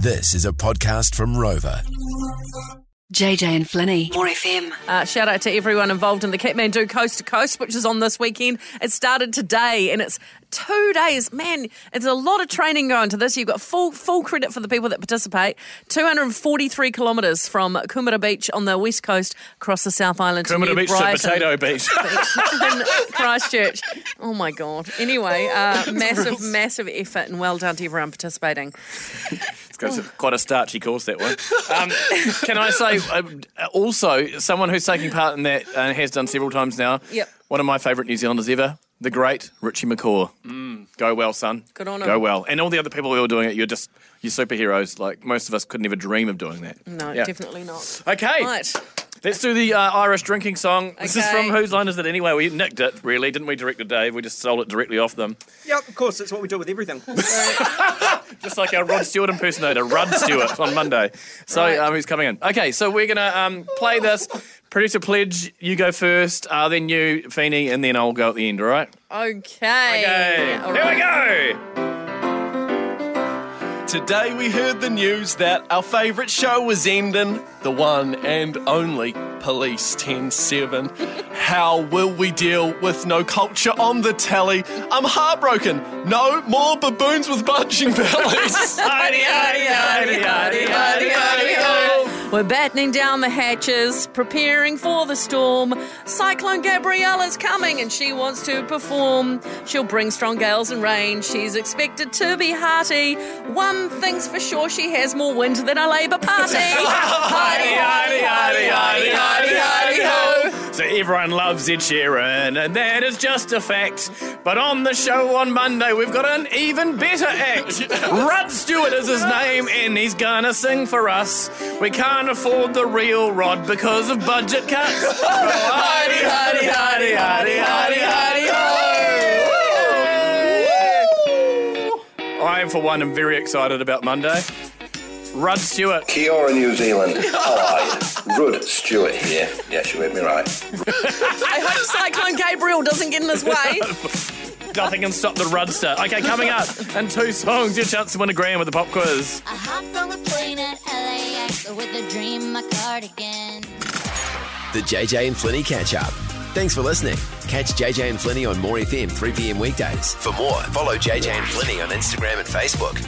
This is a podcast from Rover. JJ and Flinny. More FM. Uh, shout out to everyone involved in the Kathmandu Coast to Coast, which is on this weekend. It started today, and it's two days. Man, it's a lot of training going to this. You've got full full credit for the people that participate. Two hundred and forty three kilometres from Kumara Beach on the west coast across the South Island to Criminal New Beach Brighton. to Potato Beach. in Christchurch. Oh my God. Anyway, uh, massive, massive effort, and well done to everyone participating. It's quite a starchy course, that one. Um, can I say, um, also, someone who's taking part in that and has done several times now, Yep. one of my favourite New Zealanders ever, the great Richie McCaw. Go well, son. Good on him. Go well. And all the other people who are doing it, you're just, you're superheroes. Like, most of us could never dream of doing that. No, Yeah. definitely not. Okay. Right. Let's do the uh, Irish drinking song. This is Okay. from Whose Line Is It Anyway? We nicked it, really, didn't we, Director Dave? We just stole it directly off them. Yep, of course, that's what we do with everything. Just like our Rod Stewart impersonator, Rod Stewart, on Monday. So Right. um, he's coming in. Okay, so we're going to um, play this. Producer Pledge, you go first, uh, then you, Feeney, and then I'll go at the end, all right? Okay. Okay. All Here right. we go! Today we heard the news that our favourite show was ending, the one and only Police 10 7. How will we deal with no culture on the telly? I'm heartbroken. No more baboons with bulging bellies. Arty, arty, arty, arty, arty, arty, oh. We're battening down the hatches, preparing for the storm. Cyclone Gabrielle is coming and she wants to perform. She'll bring strong gales and rain. She's expected to be hearty. One thing's for sure, she has more wind than a Labour Party. Hearty, hearty, hearty, hearty, hearty, hearty, ho. So everyone loves Ed Sheeran, and that is just a fact. But on the show on Monday, we've got an even better act. Rod Stewart is his name, and he's gonna sing for us. We can't afford the real Rod because of budget cuts. So Hardy, hardy, hardy, hardy, hardy, hardy, ho. I, for one, am very excited about Monday. Rod Stewart. Kia ora, New Zealand. How are you? Rud Stewart here. Yes, you heard me right. I hope Cyclone Gabriel doesn't get in his way. Nothing can stop the Rudster. Okay, coming up in two songs, your chance to win a grand with the pop quiz. I hopped on the plane at LAX with a dream in my cardigan. The JJ and Flinny catch up. Thanks for listening. Catch JJ and Flinny on More FM 3 p.m. weekdays. For more, follow JJ and Flinny on Instagram and Facebook.